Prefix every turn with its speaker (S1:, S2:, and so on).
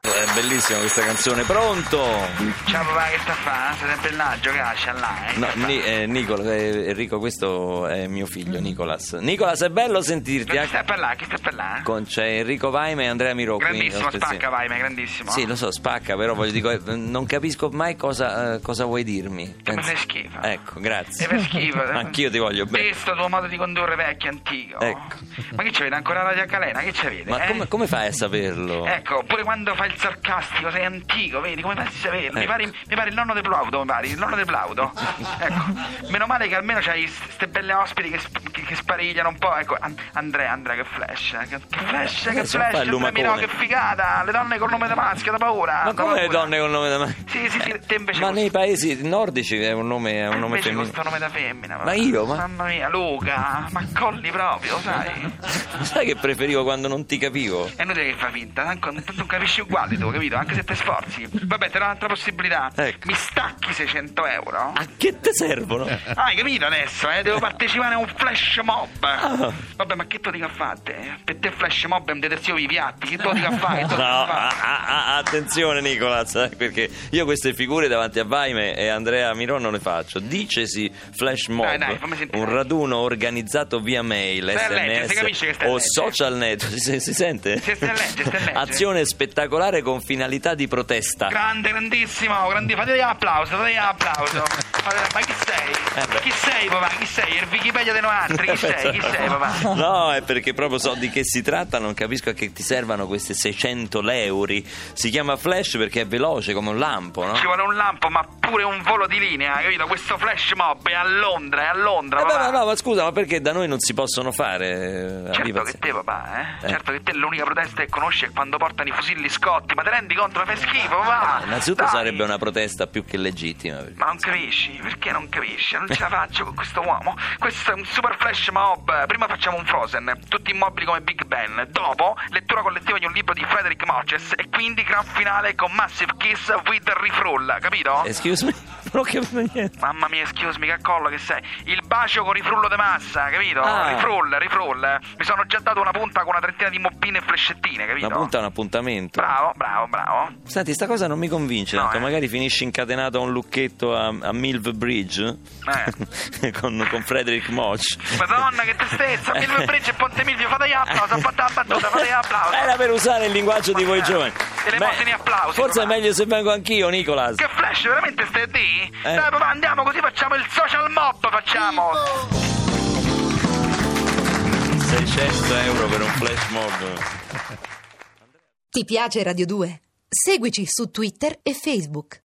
S1: È bellissima questa canzone. Pronto?
S2: Ciao papà, che sta a fare? Sei sempre là a giocare, c'è là, eh?
S1: No,
S2: Che sta a
S1: Ni- eh, Nicola, eh, Enrico, questo è mio figlio, Nicolas. Nicolas, è bello sentirti.
S2: fare? Chi sta
S1: anche-
S2: per là? Chi sta per là?
S1: Con c'è Enrico Vaime e Andrea Miro qui,
S2: Grandissimo,
S1: allo Spezzia.
S2: spacca vai, ma è grandissimo.
S1: Sì, lo so, spacca, però voglio dico, eh, non capisco mai cosa, eh, cosa vuoi dirmi.
S2: Che mi
S1: Pensa-
S2: fai schifo.
S1: Ecco,
S2: E
S1: grazie.
S2: per schifo. eh.
S1: Anch'io ti voglio bene.
S2: Questo tuo modo di condurre vecchio, antico.
S1: Ecco.
S2: Ma che ci vede ancora la radio a Calena? Che ci vede?
S1: Ma
S2: eh?
S1: come, come fai a saperlo?
S2: Ecco, pure quando fai il sarcastico sei antico, vedi come fai a saperlo? Mi,
S1: Ecco.
S2: pare, mi pare il nonno di Plaudo, mi pare, il nonno di Plaudo. ecco, meno male che almeno c'hai queste belle ospiti che, sp- che- che sparigliano un po'. Ecco, An- Andrea, Andrea, che flash, eh, che, che flash, che
S1: Adesso
S2: flash,
S1: fa il
S2: Andrea Miro,
S1: lumacone.
S2: che figata, le donne col nome di maschio, da paura.
S1: Ma
S2: da
S1: come le
S2: paura.
S1: donne con nome da...
S2: ah, Sì, sì, sì, te invece
S1: Ma
S2: così.
S1: nei paesi nordici è un nome, è
S2: Ma
S1: un nome
S2: invece
S1: femminile.
S2: questo nome da femmina
S1: Ma io, ma-
S2: Mamma mia, Luca, ma colli proprio, sai?
S1: Sai che preferivo quando non ti capivo?
S2: È inutile che fa finta, tanto tanto non capisci uguale tu, capito? Anche se ti sforzi. Vabbè, te do un'altra possibilità.
S1: Ecco.
S2: Mi stacchi 600 euro.
S1: A che te servono?
S2: Ah, hai capito adesso, eh? Devo partecipare a un flash
S1: Ah.
S2: mob. Vabbè, ma che tu dica a fate? Per te flash mob è un detersivo di piatti. Che tu dica a fare? Che tu
S1: No, ah.
S2: dica a fare?
S1: a- a- a- attenzione Nicolas, eh, perché io queste figure davanti a Vaime e Andrea Miro non le faccio. Dicesi flash mob,
S2: Dai, dai, fammi sentire.
S1: un raduno organizzato via mail,
S2: Stai a leggere, si capisce
S1: sms
S2: che stai a
S1: o
S2: leggere.
S1: social network. Si, si- si sente?
S2: Sì, stai a leggere, stai a leggere.
S1: Azione spettacolare con finalità di protesta.
S2: Grande, grandissimo, grandi- fategli un applauso, fategli un applauso. Fate- Ma chi
S1: Eh,
S2: sei?
S1: beh.
S2: Chi sei, papà? Chi sei? Il Wikipedia dei altri? Chi sei? Chi sei, papà?
S1: No, è perché proprio so di che si tratta, non capisco a che ti servano queste 600 leuri. Si chiama flash perché è veloce come un lampo, no?
S2: Ci vuole un lampo, ma pure un volo di linea, capito? Questo flash mob è a Londra, è a Londra,
S1: Eh, beh,
S2: papà.
S1: ma no, ma scusa, ma perché da noi non si possono fare? eh,
S2: Certo
S1: arriva-
S2: che te papà, eh?
S1: Eh.
S2: Certo che te l'unica protesta che conosci è quando portano i fusilli scotti, ma te rendi conto che fai schifo, papà?
S1: Eh, Innanzitutto
S2: eh. Dai!
S1: sarebbe una protesta più che legittima. perché-
S2: Ma non capisci? Perché non capisci? Non ce la faccio con questo uomo. Questo è un super flash mob. Prima facciamo un Frozen, tutti immobili come Big Ben. Dopo, lettura collettiva di un libro di Frederick Morges e quindi gran finale con Massive Kiss with Refrull, capito?
S1: Excuse me, non ho capito niente.
S2: Mamma mia, schius, mica collo che sei. Il bacio con rifrullo di massa, capito?
S1: Ah.
S2: Rifrull, rifrull. Mi sono già dato una punta con una trentina di moppine e flescettine, capito?
S1: Una punta è un appuntamento.
S2: Bravo, bravo, bravo.
S1: Senti, sta cosa non mi convince.
S2: No,
S1: tanto
S2: eh.
S1: Magari finisci incatenato a un lucchetto a, a Milv Bridge con, con Frederick Moch.
S2: Eh. Madonna, che tristezza!
S1: Eh.
S2: Milvio Bridge e Ponte Milvio, fate gli applausi, fate la battuta, fate gli applausi.
S1: Era per usare il linguaggio di voi giovani.
S2: E le
S1: Beh,
S2: porti di applausi,
S1: Forse è
S2: papà.
S1: meglio se vengo anch'io, Nicolas.
S2: Che flash, veramente stai lì?
S1: Eh.
S2: Dai papà, andiamo così facciamo il social mob, facciamo!
S1: 600 euro per un flash mob.
S3: Ti piace Radio 2? Seguici su Twitter e Facebook.